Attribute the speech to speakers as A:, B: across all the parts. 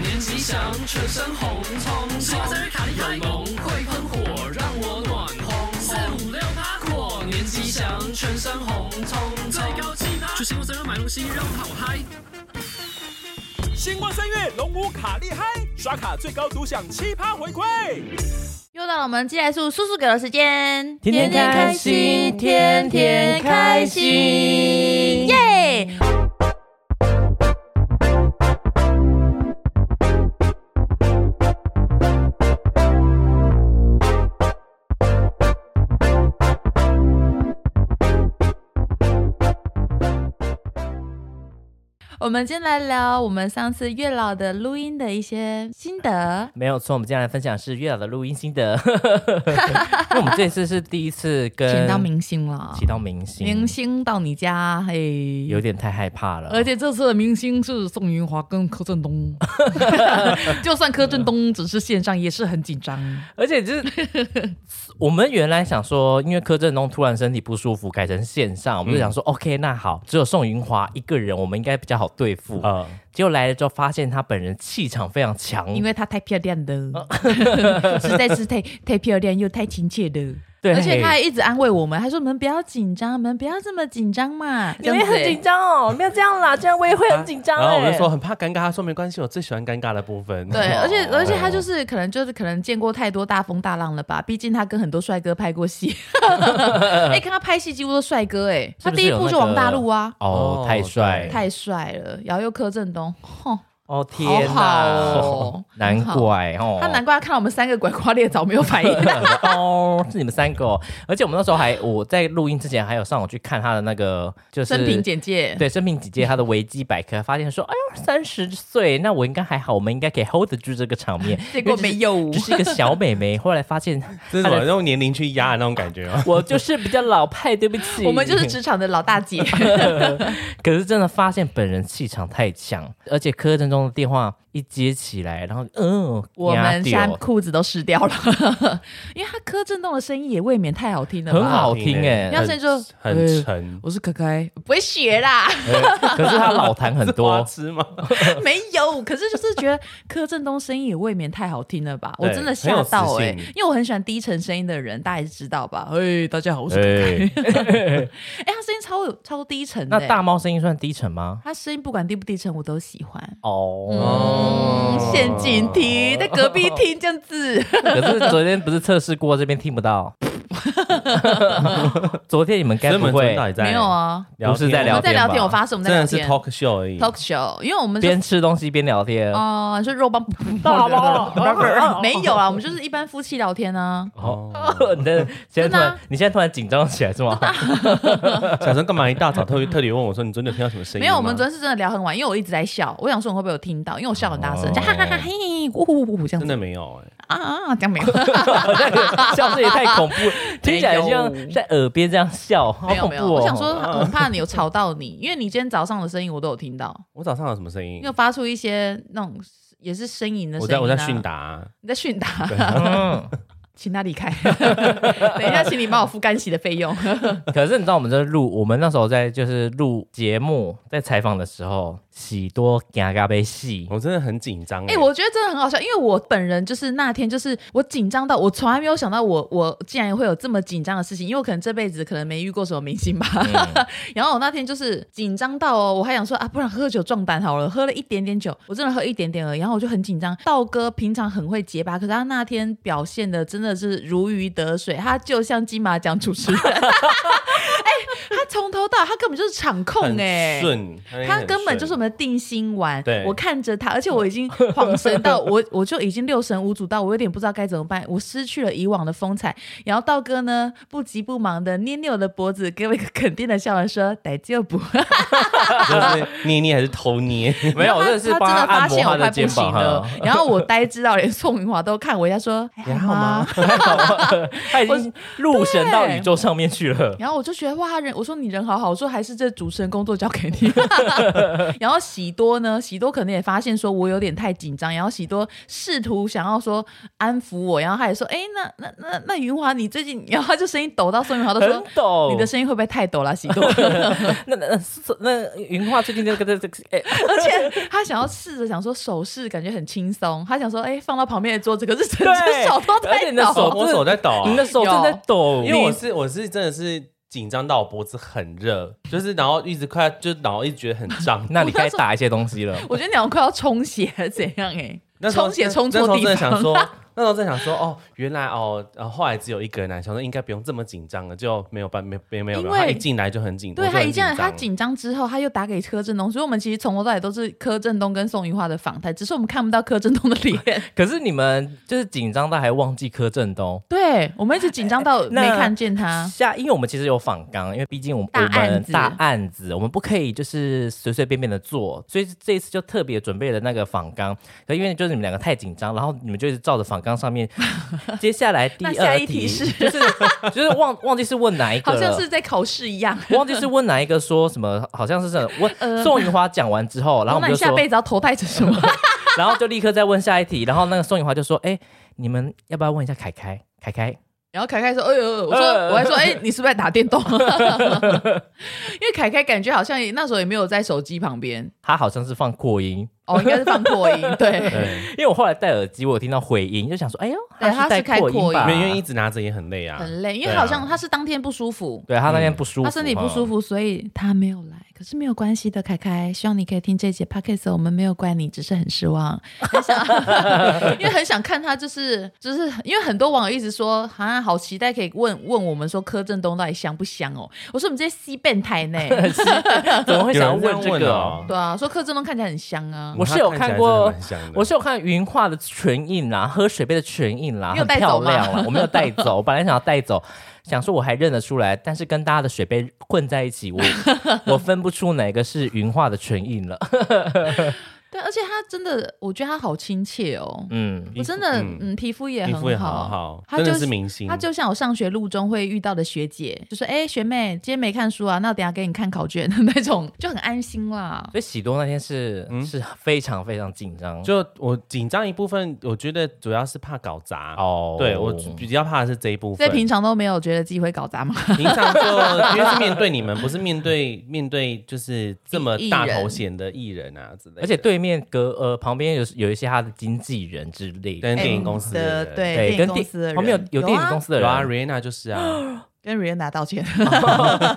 A: 年吉祥，全身红彤彤。十八生日卡利太浓，会喷火，让我暖烘。四五六趴过年吉祥，全身红彤彤。最高气趴，去星光三月买东西，让我好嗨。
B: 星光三月龙舞卡厉害，刷卡最高独享七趴回馈。
C: 又到了我们寄来素叔叔给的时间，
D: 天天开心天天开心
C: 耶！我们今天来聊我们上次月老的录音的一些心得。
D: 没有错，我们今天来分享的是月老的录音 心得，因为我们这次是第一次跟
C: 请到明星了，
D: 请到明星，
C: 明星到你家，嘿，
D: 有点太害怕了，
C: 而且这次的明星是宋云华跟柯震 东，就算柯震东只是线上，也是很紧张。
D: 而且就是 我们原来想说，因为柯震东突然身体不舒服，改成线上，
C: 嗯
D: 我们就想说、OK，那好，只有宋云华一个人，我们应该比较好对付。
B: 呃，
D: 结果来了之后，发现他本人气场非常强，
C: 嗯因为她太漂亮了， 实在是太太漂亮又太亲切了。
D: 哦对，
C: 而且他还一直安慰我们，他说：“你们不要紧张，你们不要这么紧张嘛。”
E: 你们也很紧
D: 欸
E: 张哦，不要这样啦，这样我也会很紧张、欸
F: 欸啊然后我就说很怕尴尬，他说没关系，我最喜欢尴尬的部 分。
C: 对，
D: 哦
C: 而且而且他就是可能就是可能见过太多大风大浪了吧，毕竟他跟很多帅哥拍过 戏。哎、看他拍戏几乎都帅哥哎、
D: 是
C: 他
D: 不
C: 第
D: 是
C: 一
D: 有那
C: 部就王大陆啊，
D: 哦，
F: 哦
D: 太帅，
C: 太帅了，然后又柯震东，哼，
D: 哦天
C: 好好
D: 哪，
C: 哦
D: 难怪哦，
C: 他难怪看我们三个拐瓜裂枣没有反应。
D: 哦，是你们三个、哦，而且我们那时候还我在录音之前还有上网去看他的那个就是
C: 生平简介，
D: 对生平简介，他的维基百科发现说，哎呦，三十岁，那我应该还好，我们应该可以 hold 得住这个场面，
C: 结果没有
D: 因为只是，只是一个小美眉。后来发现
F: 这是什么用年龄去压的那种感觉哦。
D: 我就是比较老派，对不起，
C: 我们就是职场的老大姐。
D: 可是真的发现本人气场太强，而且柯震东的电话一接起来，然后嗯，
C: 我们
D: 压
C: 衫
D: 掉
C: 裤子都湿掉了， 因为他柯震东的声音也未免太好听了吧？
D: 很好听哎、
C: 你要先说
F: 欸很
C: 呃
F: 沉，
C: 我是可可，不会学啦，
D: 可是他老痰很
F: 是花
D: 多，
F: 痴 吗？
C: 没有。可是就是觉得柯震东声音也未免太好听了吧？我真的吓到哎、
F: 很有磁性
C: 因为我很喜欢低沉声音的人，大家也知道吧？哎，大家好，我是可可。
D: 对。
C: 哎、他声音超有超低沉的、
D: 那
C: 欸，
D: 大猫声音算低沉吗？
C: 他声音不管低不低沉，我都喜欢。嗯
D: 哦，
C: 陷阱题，在隔壁听这样子。
D: 可是昨天不是测试过，这边听不到。 昨天你们该
F: 所以
D: 不
F: 我们昨天
D: 会
F: 到底在
C: 没有啊，
F: 聊天？
D: 不是在
C: 我
D: 聊
C: 们在
D: 天
C: 聊
D: 吧
C: 天，我发誓我们
F: 真
C: 在聊
F: 的是
C: 天。
F: talk show 而已。
C: talk show，因为我们是
D: 边吃东西边聊天？
C: 哦，你说肉棒大 包没有啊，我们就是一般夫妻聊天啊。
F: 哦，
D: 你的现在
C: 真
D: 突
C: 的啊
D: 然，你现在突然紧张起来是 吗？
F: 小陈干嘛一大早特别特别问我说你昨天有听到什么声音
C: 没
F: 吗？
C: 有，我们昨天是真的聊很晚，因为我一直在笑，我想说你会不会有听到，因为我笑很大声，就哈哈哈嘿，呜呼呼呼这样
F: 哦真的
C: 子
F: 没有哎，
C: 啊啊，啊这样 没有，
D: 那个笑声也太恐怖，听起来像在耳边这样笑，好
C: 没有
D: 恐
C: 没有，
D: 怖哦。
C: 我想
F: 嗯
C: 说我怕你有吵到你，因为你今天早上的声音我都有听到，
F: 我早上有什么声音
C: 又？发出一些那种也是呻吟的
F: 我
C: 声
F: 在
C: 音。啊
F: 我在训，达，
C: 你在训打，
D: 嗯，
C: 请他离开。 等一下，请你帮我付干洗的费 用。
D: 可是你知道我们在录，我们那时候在就是录节目，在采访的时候，喜多嘎嘎被戏，
F: 我真的很紧张欸
C: 哎、我觉得真的很好笑，因为我本人就是那天就是我紧张到我从来没有想到我我竟然会有这么紧张的事情，因为我可能这辈子可能没遇过什么明星吧。
F: 嗯
C: 然后我那天就是紧张到哦，我还想说啊，不然喝酒壮胆好了，喝了一点点酒，我真的喝一点点而已，然后我就很紧张。道哥平常很会结巴，可是他那天表现的真的是如鱼得水，他就像金马奖主持人。 哎、他从头到尾他根本就是场控
F: 很
C: 哎、
F: 顺，
C: 他根本就是我们的定心丸。
F: 对
C: 我看着他，而且我已 经恍神到我，我就已经六神无主到，我有点不知道该怎么办，我失去了以往的风采。然后道哥呢，不急不忙的捏捏我的脖子，给我一个肯定的笑容，说：“逮就不。
F: 就是捏捏还是偷捏，
D: 没有，我真
C: 他
D: 的是
C: 真
D: 帮
C: 的发
D: 按摩
C: 现
D: 他
C: 我
D: 的
C: 快不
D: 肩
C: 行
D: 膀
C: 了
D: 哈。，
C: 然后我呆滞到连宋云华都看我一下， 说：“哎还好吗？”
D: 他已经入神到宇宙上面去了。
C: 然后我就觉得哇，人我我说你人好好，我说还是这主持人工作交给你。 然后喜多呢，喜多可能也发现说我有点太紧张，然后喜多试图想要说安抚我，然后他也说，哎，那那那那云华，你最近，然后他就声音抖到宋云华都
D: 很
C: 说。
D: 抖。
C: 你的声音会不会太抖了，喜 多？
D: 那那那那云画最近那个这这这哎，
C: 而且他想要试着想说手势感觉很轻松，他想说，哎、放到旁边的桌子，可是整只
D: 对
C: 手都
D: 而
C: 在
D: 且你的
C: 抖。
D: 手
F: 我手在抖啊
D: 你，的手正在抖，。
F: 因为我是我是真的是紧张到我脖子很热，就是然后一直快就然后一直觉得很胀
D: 那你该打一些东西了。
C: 我觉得你好像快要充血了怎样、欸？
F: 那时候
C: 充血充
F: 那时
C: 错
F: 候真
C: 地
F: 的想
C: 方。
F: 说，那时候真的想说，哦，原来哦，呃，后来只有一个人来，想说应该不用这么紧张了，就没有办没没没有，
C: 因
F: 没
C: 为
F: 有他一进来就很紧，
C: 对
F: 我就
C: 他
F: 很
C: 一进来，
F: 紧张
C: 他紧张之后，他又打给柯震东，所以我们其实从头到尾都是柯震东跟宋雨花的访谈，只是我们看不到柯震东的 脸。
D: 可是你们就是紧张到还忘记柯震东。
C: 对我们一直紧张到没
D: 那
C: 看见他，
D: 哦下，因为我们其实有访纲，因为毕竟我们
C: 大
D: 我
C: 案
D: 们
C: 子
D: 啊大案子，我们不可以就是随随便便的做，所以这一次就特别准备了那个访纲。可因为就是你们两个太紧张，然后你们就一直照着访纲上 面。接下来第
C: 那下
D: 二
C: 一题是
D: 就是 就是忘忘记是问哪一个
C: 好
D: 了，
C: 像是在考试一 样。
D: 忘记是问哪一个说什么，好像 是这种问、
C: 呃
D: 宋雨花讲完之后，然后我
C: 那
D: 们
C: 你
D: 就
C: 下
D: 说，
C: 辈子要投胎成什么？
D: 然后就立刻再问下一题， 然后那个宋雨花就说，哎、你们要不要问一下凯凯？凯凯，
C: 然后凯凯说：“哎呦，我说
D: 呃
C: 我还说，哎、你是不是在打电 动？因为凯凯感觉好像也那时候也没有在手机旁边，
D: 他好像是放扩音，
C: 哦，应该是放扩音， 对，
D: 因为我后来戴耳机，我有听到回音，就想说，哎呦，
C: 对
D: 是戴
C: 他是开扩
D: 音
C: 音
D: 吧？
F: 没有因为一直拿着也很累啊，
C: 很累，因为
F: 对啊
C: 好像他是当天不舒服，
D: 对他那天不舒服，
C: 他身体不舒。服，所以他没有来。可是没有关系的，凯凯，希望你可以听这一节 podcast，我们没有怪你，只是很失 望，很想， 因为很想看他，就是就是因为很多网友一直说，好像好期待可以问问我们说柯震东到底香不香哦？我说我们这些西变态 呢，
D: 怎么会
F: 有
D: 想要
F: 人这
D: 问
F: 样
D: 这
F: 问
D: 个？
F: 哦
C: 对啊，说柯震东看起来很香啊。
D: 我是有看过
F: 他起来真的蛮像的
D: 我是有看云画的唇印啦，喝水杯的唇印啦，
C: 你有
D: 很
C: 带
D: 漂
C: 走吗
D: 亮啊啦，我没有带 走，我本来想要带走，想说我还认得出来，但是跟大家的水杯混在 一起，我我分不出哪个是云画的唇印了。
C: 对，而且他真的，我觉得他好亲切哦。
D: 嗯，
C: 我真的，
F: 嗯
C: 嗯，皮肤也
F: 皮
C: 很
F: 肤也很好
C: 他
F: 真的
C: 就是
F: 明星
C: 他就像我上学路中会遇到的学姐，就说：“哎、学妹，今天没看书啊，那我等一下给你看考卷 那种，就很安心啦。
D: 所以喜多那天是、是非常非常紧张，
F: 嗯就我紧张一部分，我觉得主要是怕搞砸。
D: 哦
F: 对我比较怕的是这一
C: 所
F: 部”分。
C: 以平常都没有觉得自己会搞砸吗？
F: 平常就因为是面对你们，不是面对面对就是这么
C: 艺
F: 大
C: 艺人
F: 头衔的艺人啊之类的，
D: 而且对面隔呃旁边有有一些他的经纪人之类的
F: 跟，电影公司
C: 的
F: 人
C: 对
D: 对，
C: 电影
D: 跟
C: 公司的人
D: 旁边有有电影公
C: 司，
D: 司的
F: 有
D: 人，
F: 啊，Rihanna 就是 啊，
C: 跟 Rihanna 道歉，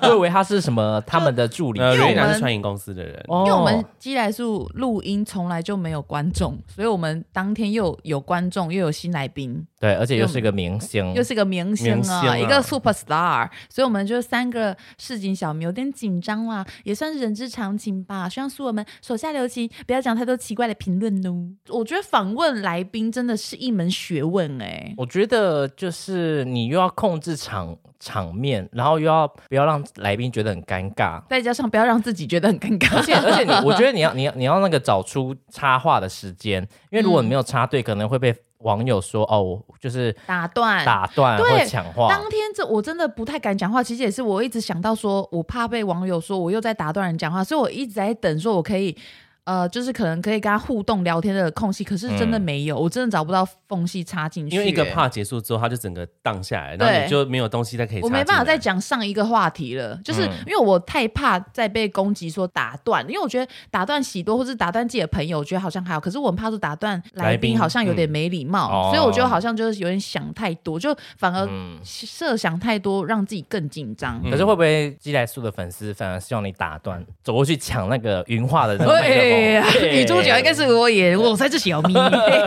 D: 我以为他是什么他们的助理，
F: 呃
C: 因为我
F: ，Rihanna
C: 们
F: 是传影公司的人，
D: 哦
C: 因为我们基来素录音从来就没有观众，所以我们当天又有观众，又有新来宾，
D: 对，而且又是个明星，
C: 又是个明星
F: 哦明星
C: 啊，
F: 啊
C: 一个 super star，所以我们就三个市井小民有点紧张啦，也算是人之常情吧。希望恕我们手下留情，不要讲太多奇怪的评论哦。我觉得访问来宾真的是一门学问哎、
D: 我觉得就是你又要控制场场面，然后又要不要让来宾觉得很尴尬。
C: 再加上不要让自己觉得很尴尬，
D: 而且而且你，我觉得你要你要你要那个找出插话的时间，因为如果你没有
C: 嗯
D: 插对，可能会被网友说哦，我就是
C: 打断。
D: 打断
C: 对
D: 或抢话
C: 当。天这我真的不太敢讲话，其实也是我一直想到说，我怕被网友说我又在打断人讲话，所以我一直在等说我可以。呃，就是可能可以跟他互动聊天的空隙，可是真的没有，我真的找不到缝隙插进去、
F: 嗯因为一个
C: 欸
F: 怕结束之后，他就整个荡下来，然后
C: 对
F: 你就没有东西再可以插
C: 我
F: 进来，
C: 没办法再讲上一个话题了，就是因为我太怕再被攻击说打断，因为我觉得打断喜多或是打断自己的朋友，我觉得好像还好，可是我很怕说打断来
F: 来
C: 宾，
F: 宾
C: 好像有点没礼貌，所
D: 嗯
C: 以我觉得
D: 哦
C: 好像就是有点想太多，就反而
D: 嗯
C: 设想太多，让自己更紧张。
D: 可是会不会基来素的粉丝反而希望你打断，走过去抢那个云画 的那个麦
C: 对
D: 克
C: 呀，
D: 风？
C: 女主角应该是我演，我才是小咪，嘿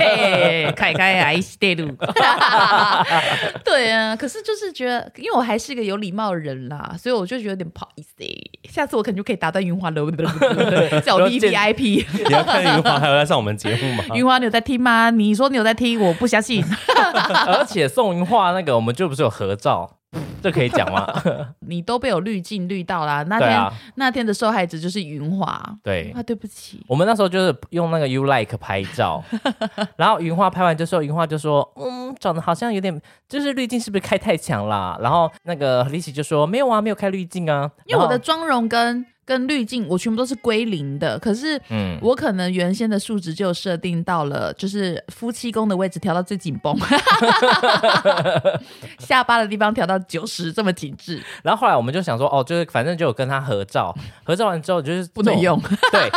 C: 嘿凯凯还是带路。对啊，可是就是觉得，因为我还是个有礼貌的人啦，所以我就觉得有点不好意思欸。下次我可能就可以打断云花了，叫我
D: 然后
C: V
D: 见
C: V I P。
F: 你要看云华还有来上我们节目 吗？
C: 云花，你有在听吗？你说你有在听，我不相信。
D: 而且宋云画那个，我们就不是有合照，这可以讲吗？
C: 你都被我滤镜滤到啦。 那
D: 对
C: 天、
D: 啊，
C: 那天的受害者就是云华，
D: 对
C: 啊，对不起，
D: 我们那时候就是用那个 U Like 拍 照，然后云花拍完之后，云花就说：“嗯，长得好像有点，就是滤镜是不是开太强啦？”然后那个李喜就说：“没有啊，没有开滤镜啊。”
C: 因为我的
D: 然后
C: 妆容跟跟滤镜我全部都是归零的，可是。
D: 嗯，
C: 我可能原先的数值就设定到了，就是夫妻宫的位置调到最紧绷， 下巴的地方调到九十，这么紧致
D: 然后后来我们就想说，哦，就是反正就有跟他合照，合照完之后就是
C: 不能
D: 这种
C: 用。
D: 对，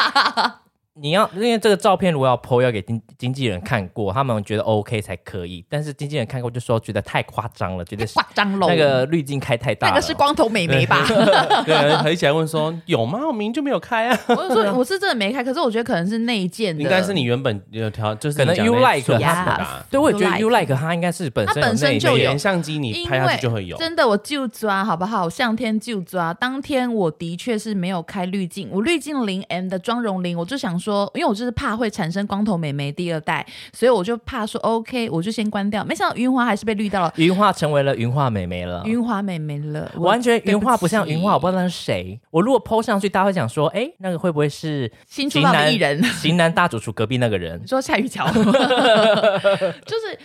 D: 你要因为这个照片如果要 PO 要给经经纪人看过，他们觉得 OK 才可以。但是经纪人看过就说觉得太夸张了，觉得是
C: 夸张喽，
D: 那个滤镜开太大
C: 那
D: 了。
C: 个是光头美眉 吧？
F: 对，很起来问说有吗？我明明就没有开 啊，
C: 我是说我是真的没开，可是我觉得可能是内建的，
F: 应该是你原本有调，就是
D: 可能
F: 你讲那
D: You like
F: 顺
C: 它
F: 序吧
D: 对，我也觉得
C: You
D: U Like 它应该是本身有
C: 它本身
D: 内
C: 就有
F: 美
D: 敛
F: 颜相机你
C: 因
F: 拍下
C: 为
F: 去就会有，
C: 真的，我就抓好不好？向天就抓。当天我的确是没有开滤镜，我滤镜零 M 的妆容零，我就想说，因为我就是怕会产生光头美眉第二代，所以我就怕说 OK，我就先关掉。没想到云华还是被滤到了
D: 云化成为了云化美眉了。
C: 云华美眉了，我
D: 呃完全云化不像
C: 对不起
D: 云化，我不知道那是谁。我如果 PO 上去，大家会想说，哎、那个会不会是
C: 新出道的艺人，
D: 型男大主厨隔壁那个人
C: 你？说蔡雨乔，就是。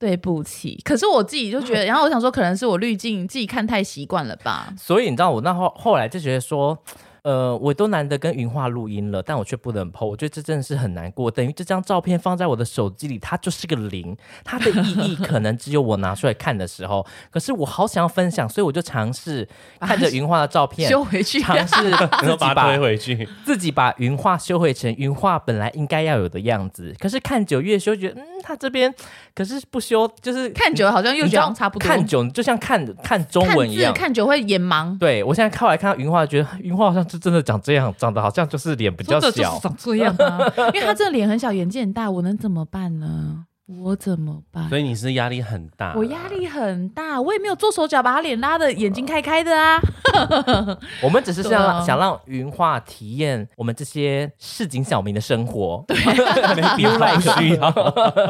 C: 对不起，可是我自己就觉 得，然后我想说，可能是我滤镜自己看太习惯了吧。
D: 所以你知道，我那后后来就觉得说，呃，我都难得跟云化录音了，但我却不能 PO，我觉得这真的是很难过。等于这张照片放在我的手机里，它就是个零，它的意义可能只有我拿出来看的时候。可是我好想要分享，所以我就尝试看
C: 啊
D: 着云化的照片。
C: 修回去，
D: 尝试
F: 然后
D: 自己
F: 把它推
D: 把
F: 回去。
D: 自己把云画修回成云画本来应该要有的样子，可是看久越修，觉得嗯，他这边可是不修，就是
C: 看久了好像又
D: 你
C: 觉得
D: 知道
C: 好像差不多。
D: 看久就像看看中
C: 看
D: 文一
C: 字
D: 样。
C: 看久会眼盲，
D: 对我现在看来看到云画，觉得嗯云画好像是真的长这样，长得好像就是脸比较
C: 真的就
D: 小
C: 是。长这样啊， 因为他这个脸很小，眼睛很大，我能怎么办呢？我怎么办
F: 所？以你啊是压力很大，
C: 我压力很大，我也没有做手脚把他脸拉的眼睛开开的啊。
D: 我们只是
C: 对
D: 想让
C: 啊
D: 想让云画体验我们这些市井小民的生活。对，
F: 没必要需要。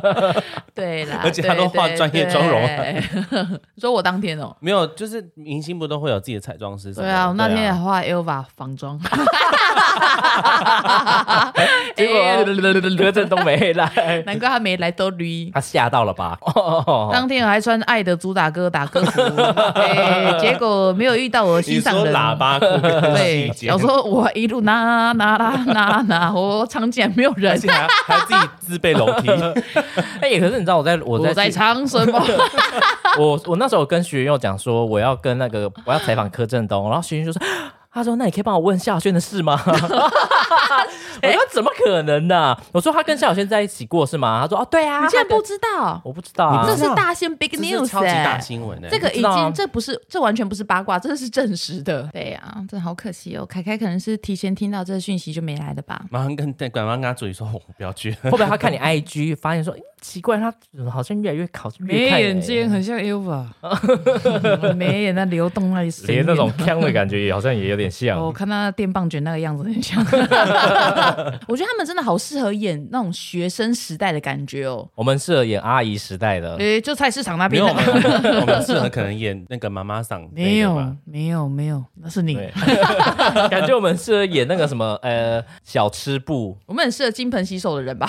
C: 对啦，
F: 而且他都化专业妆容啊
C: 容。你 说我当天哦，
F: 没有，就是明星不都会有自己的彩妆师什
C: 对
F: 么的？
C: 啊，我那天也化 Elva 仿 妆，
D: 结
F: 啊
D: 果柯震东没来，
C: 哎难怪他没来都驴。
D: 他吓到了吧？哦，
C: 当天我还穿爱的主打歌打歌服， 哎，结果没有遇到我
F: 你
C: 心上
F: 说
C: 人。
F: 喇叭裤跟细
C: 对，
F: 节
C: 有时候我一路拿拿拿拿拿，我场景没有
F: 而
C: 人，
F: 且还还自己自备楼 梯，
D: 哎，可是你知道我在我在
C: 我在
D: 去
C: 唱什 么？
D: 我我那时候跟徐云佑讲说，我要跟那个我要采访柯震东，然后徐云就说。他说：“那你可以帮我问萧亚轩的事吗？” 我说：“怎么可能呢、我说：“他跟萧亚轩在一起过是吗？”他说：“哦，对啊。”
C: 你竟然
D: 他跟
C: 不知道？
D: 我不知道、啊，
C: 这是大仙 big
F: 这是
C: news
F: 超级大
C: 哎、
F: 新闻呢。欸
C: 这个已
D: 我不知道啊
C: 经这不是这完全不是八卦，这是证实的。对呀、啊，这好可惜哦。凯凯可能是提前听到这个讯息就没来的吧？
F: 马上跟对管妈跟他助理说，我不 要去。
D: 后来他看你 IG，发现说嗯奇怪，他怎么好像越来越考越看
C: 很像 Elva，眉眼那流动那里神韵，
D: 连那种腔的感觉也好像也有点像。
C: 哦我看他电棒卷那个样子很 像。我觉得他们真的好适合演那种学生时代的感觉哦。
D: 我们适合演阿姨时代的，
C: 诶、就菜市场那
F: 嗯没
C: 边
F: 有，
C: 那
F: 我
C: 个
F: 们 我们适合可能演那个妈妈嗓之
C: 没
F: 类的吧，
C: 有，没有，没有，那是你。
D: 对，
C: 啊
D: 感觉我们适合演那个什么呃小吃部，
C: 我们很适合金盆洗手的人吧，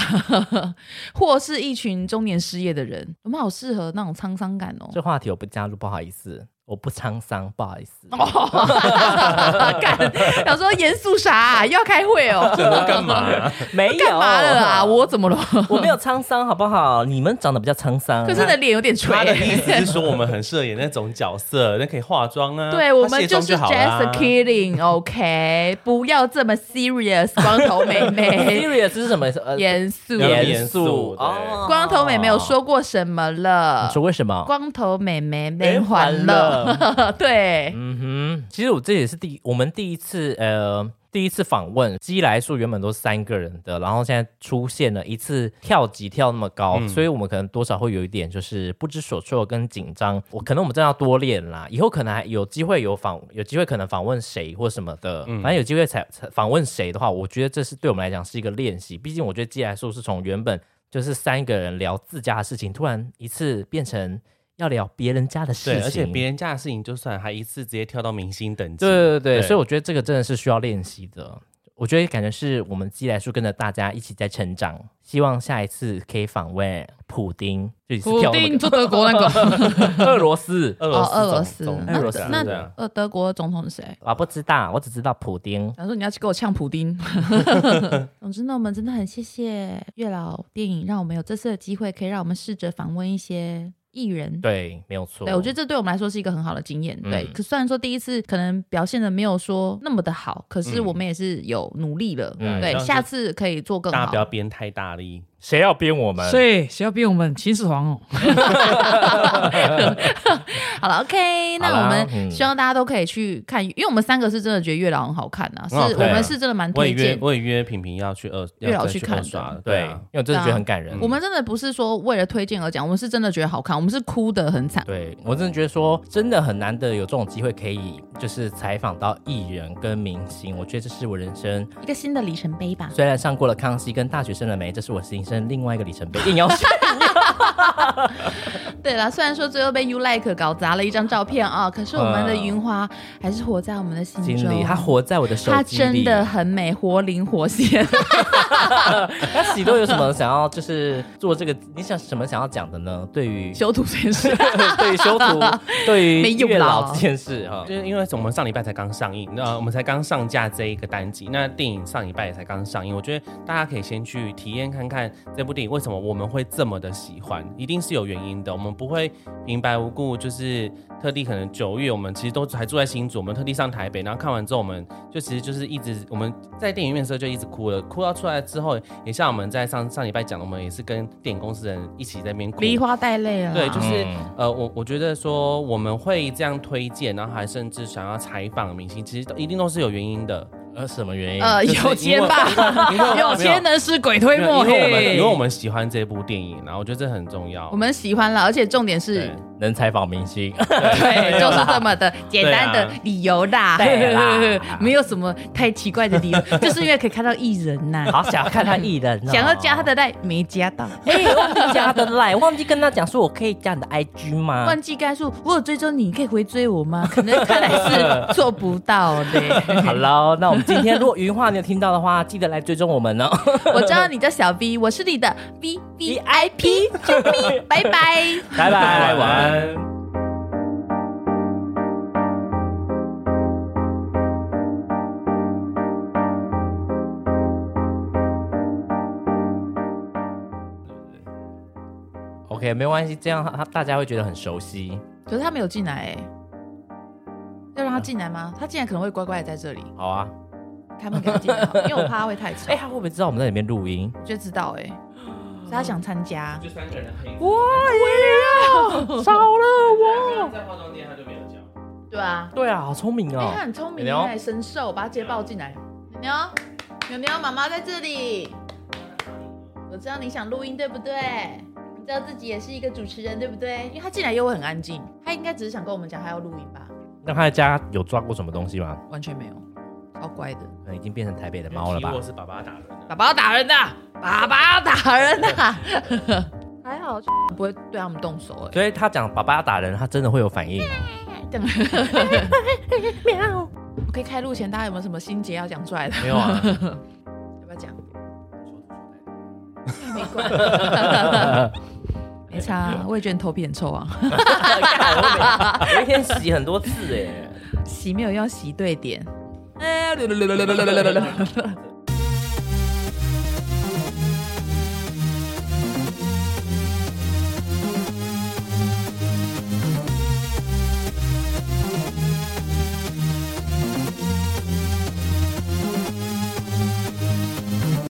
C: 或是一群中年失业的人，我们好适合那种沧桑感哦。
D: 这话题我不加入，不好意思，我不沧桑，不好意思。
C: 干，想说严肃啥、又要开会哦？
F: 这都干嘛？啊
D: 没有
C: 干嘛了
F: 哦
C: 啊？我怎么了？
D: 我没有沧桑，好不好？你们长得比较沧桑。
C: 可是你的脸有点垂
F: 他。的意 思是说，我们很适合演那种角色，那可以化妆啊。
C: 对
F: 她
C: 我们
F: 卸妆
C: 是
F: 就好
C: just
F: 啦。
C: kidding，OK，、不要这么 serious，光头妹 妹，
D: serious 是什么？呃，
C: 严肃。
F: 严肃
D: 哦
C: 光头妹妹有说过什么了
D: 你？说为什么？哎
C: 光头妹妹
F: 哎
C: 没还了，对，
D: 嗯哼，其实我这也是第我们第一次呃。第一次访问，基来数原本都是三个人的，然后现在出现了一次跳级跳那么高，
F: 嗯
D: 所以我们可能多少会有一点就是不知所措跟紧张。我可能我们真的要多练啦，以后可能还有机会有访，有机会可能访问谁或什么的，
F: 嗯
D: 反正有机会才才访问谁的话，我觉得这是对我们来讲是一个练习。毕竟我觉得基来数是从原本就是三个人聊自家的事情，突然一次变成要聊别人家的事
F: 对，
D: 情，
F: 而且别人家的事情就算，还一次直接跳到明星等级，
D: 对对对
F: 对
D: 所以我觉得这个真的是需要练习的。我觉得感觉是我们寄来树跟着大家一起在成长，希望下一次可以访问普丁，就你是
C: 普
D: 跳
C: 丁，
D: 那
C: 你做德国那个
D: 个 俄罗斯，
F: 俄
C: 哦
F: 罗，斯
C: 俄罗斯
F: 总，统，
C: 那
D: 俄罗斯
F: 对啊
C: 那
F: 对啊
C: 呃德国总统是谁？
D: 我不知道，我只知道普丁。
C: 他说你要去给我呛普丁。 总之呢，我们真的很谢谢月老电影，让我们有这次的机会，可以让我们试着访问一些艺人。
D: 对，没有错。
C: 对，我觉得这对我们来说是一个很好的经验。对，
D: 嗯
C: 可虽然说第一次可能表现的没有说那么的好，可是
F: 嗯
C: 我们也是有努力了。
D: 嗯
C: 对
F: 这，样
C: 下
F: 就
C: 次可以做更
F: 大家
C: 好
F: 不。要编太大力，
D: 谁要编我们？
G: 所以谁要逼我们秦始皇哦？
C: 好了，OK，
D: 好啦
C: 那我
D: 嗯
C: 们希望大家都可以去看，因为我们三个是真的觉得月老很好看啊，是
F: 很好看
C: 我
F: 啊
C: 们是真的蛮
F: 我也
C: 推
F: 约
C: 荐。
F: 我也约平平要去二
C: 月老
F: 要再
C: 去
F: 去
C: 看
F: 二
C: 的
F: 刷了，
D: 对，
F: 啊
D: 因为我真的觉得很感人。
C: 我们真的不是说为了推荐而讲，我们是真的觉得好看，我们是哭的很惨。
D: 对我真的觉得说，真的很难得有这种机会可以就是采访到艺人跟明星，我觉得这是我人生
C: 一个新的里程碑吧。
D: 虽然上过了康熙跟大学生了没，这是我人生另外一个里程碑，硬要写。
C: 对啦，虽然说最后被 You Like 搞砸了一张照片啊，可是我
F: 呃
C: 们的云花还是活在我们的心
D: 经
C: 中。
D: 理，他活在我的手
C: 她
D: 机
C: 真
D: 里。
C: 的，很美，活灵活 现。
D: 那喜多有什么想要就是做这个？你想什么想要讲的呢？对于
C: 修图这件事，
D: 对于修图，对
C: 没
D: 于
C: 用
D: 月
C: 啦
D: 老这件事哈
F: 就，是因为我们上礼拜才刚上映，那我们才刚上架这一个单集，那电影上礼拜也才刚上映，我觉得大家可以先去体验看看这部电影为什么我们会这么的喜欢，一定是有原因的，我们不会平白无故就是特地可能九月我们其实都还住在新竹，我们特地上台北，然后看完之后我们就其实就是一直我们在电影院的时候就一直哭了，哭到出来之后，也像我们在上上礼拜讲的，我们也是跟电影公司的人一起在那边哭，
C: 梨花带泪了。啊
F: 对，就是、
D: 嗯
F: 呃，我我觉得说我们会这样推荐，然后还甚至想要采访明星，其实都一定都是有原因的。
D: 呃，什么原因？
C: 呃，
F: 就是
C: 有钱吧，
F: 因为
G: 有钱能使鬼推
F: 因为因
G: 磨，
F: 为我们
G: 嘿
F: 因为我们喜欢这部电影，然后我觉得这很重要。
C: 我们喜欢了，而且重点是
F: 对，
D: 能采访明星， 哎
C: 对，就是这么的简单的理由啦，
D: 啊对啦
C: 没有什么太奇怪的理由， 就是因为可以看到艺人呐，
D: 好想要看他艺人哦，
C: 想要 加他的赖没加到，
D: 哎，忘记加他的 line，忘哎记跟他讲说我可以加你的 IG 吗？
C: 哎忘记该说，我有追踪你，你可以回追我吗？可能看来是做不到 的。
D: 好喽，那我们今天如果云话你有听到的话，记得来追踪我们哦。
C: 我知道你叫小 V，我是你的 V V I P，救命！拜拜。
D: 拜拜，晚安。
F: 安。
D: OK，没关系，这样他大家会觉得很熟悉
C: 可是他没有进来、欸，要让他进来吗？他进来可能会乖乖的在这里，
D: 好啊。
C: 开门给他进来好，因为我怕他会太吵
D: 哎、。他会不会知道我们在里面录音？
C: 我觉得知道哎、欸，所以他想参加。
F: 就三个人黑。
D: 少了
F: 在化妆店他就没有教。
C: 对啊，
D: 我。对啊，好聪明
C: 哎、
D: 哦
C: 他。很聪明
D: 牛牛
C: 哎、神兽，把他直接抱进来。牛牛，牛牛，妈妈在这里。我知道你想录音，对不对？你知道自己也是一个主持人，对不对？因为他进来又会很安静，他应该只是想跟我们讲他要录音吧？
D: 那他在家有抓过什么东西吗？
C: 完全没有，超乖的。
D: 可能已经变成台北的猫了吧
F: 如？果是爸爸打人的。
C: 爸爸要打人的，爸爸要打人 的，
E: 还好，
C: 不会对他们动手 哎、
D: 所以他讲爸爸打人，他真的会有反应。
C: 这样
E: 喵。
C: 我可以开录前，大家有没有什么心结要讲出来的？
D: 没有 啊，
C: 要不要讲？没关， 没差啊，我也觉得你头皮很臭啊。
D: 我一天洗很多
F: 欸
D: 次哎、
C: 哎洗没有要洗对点。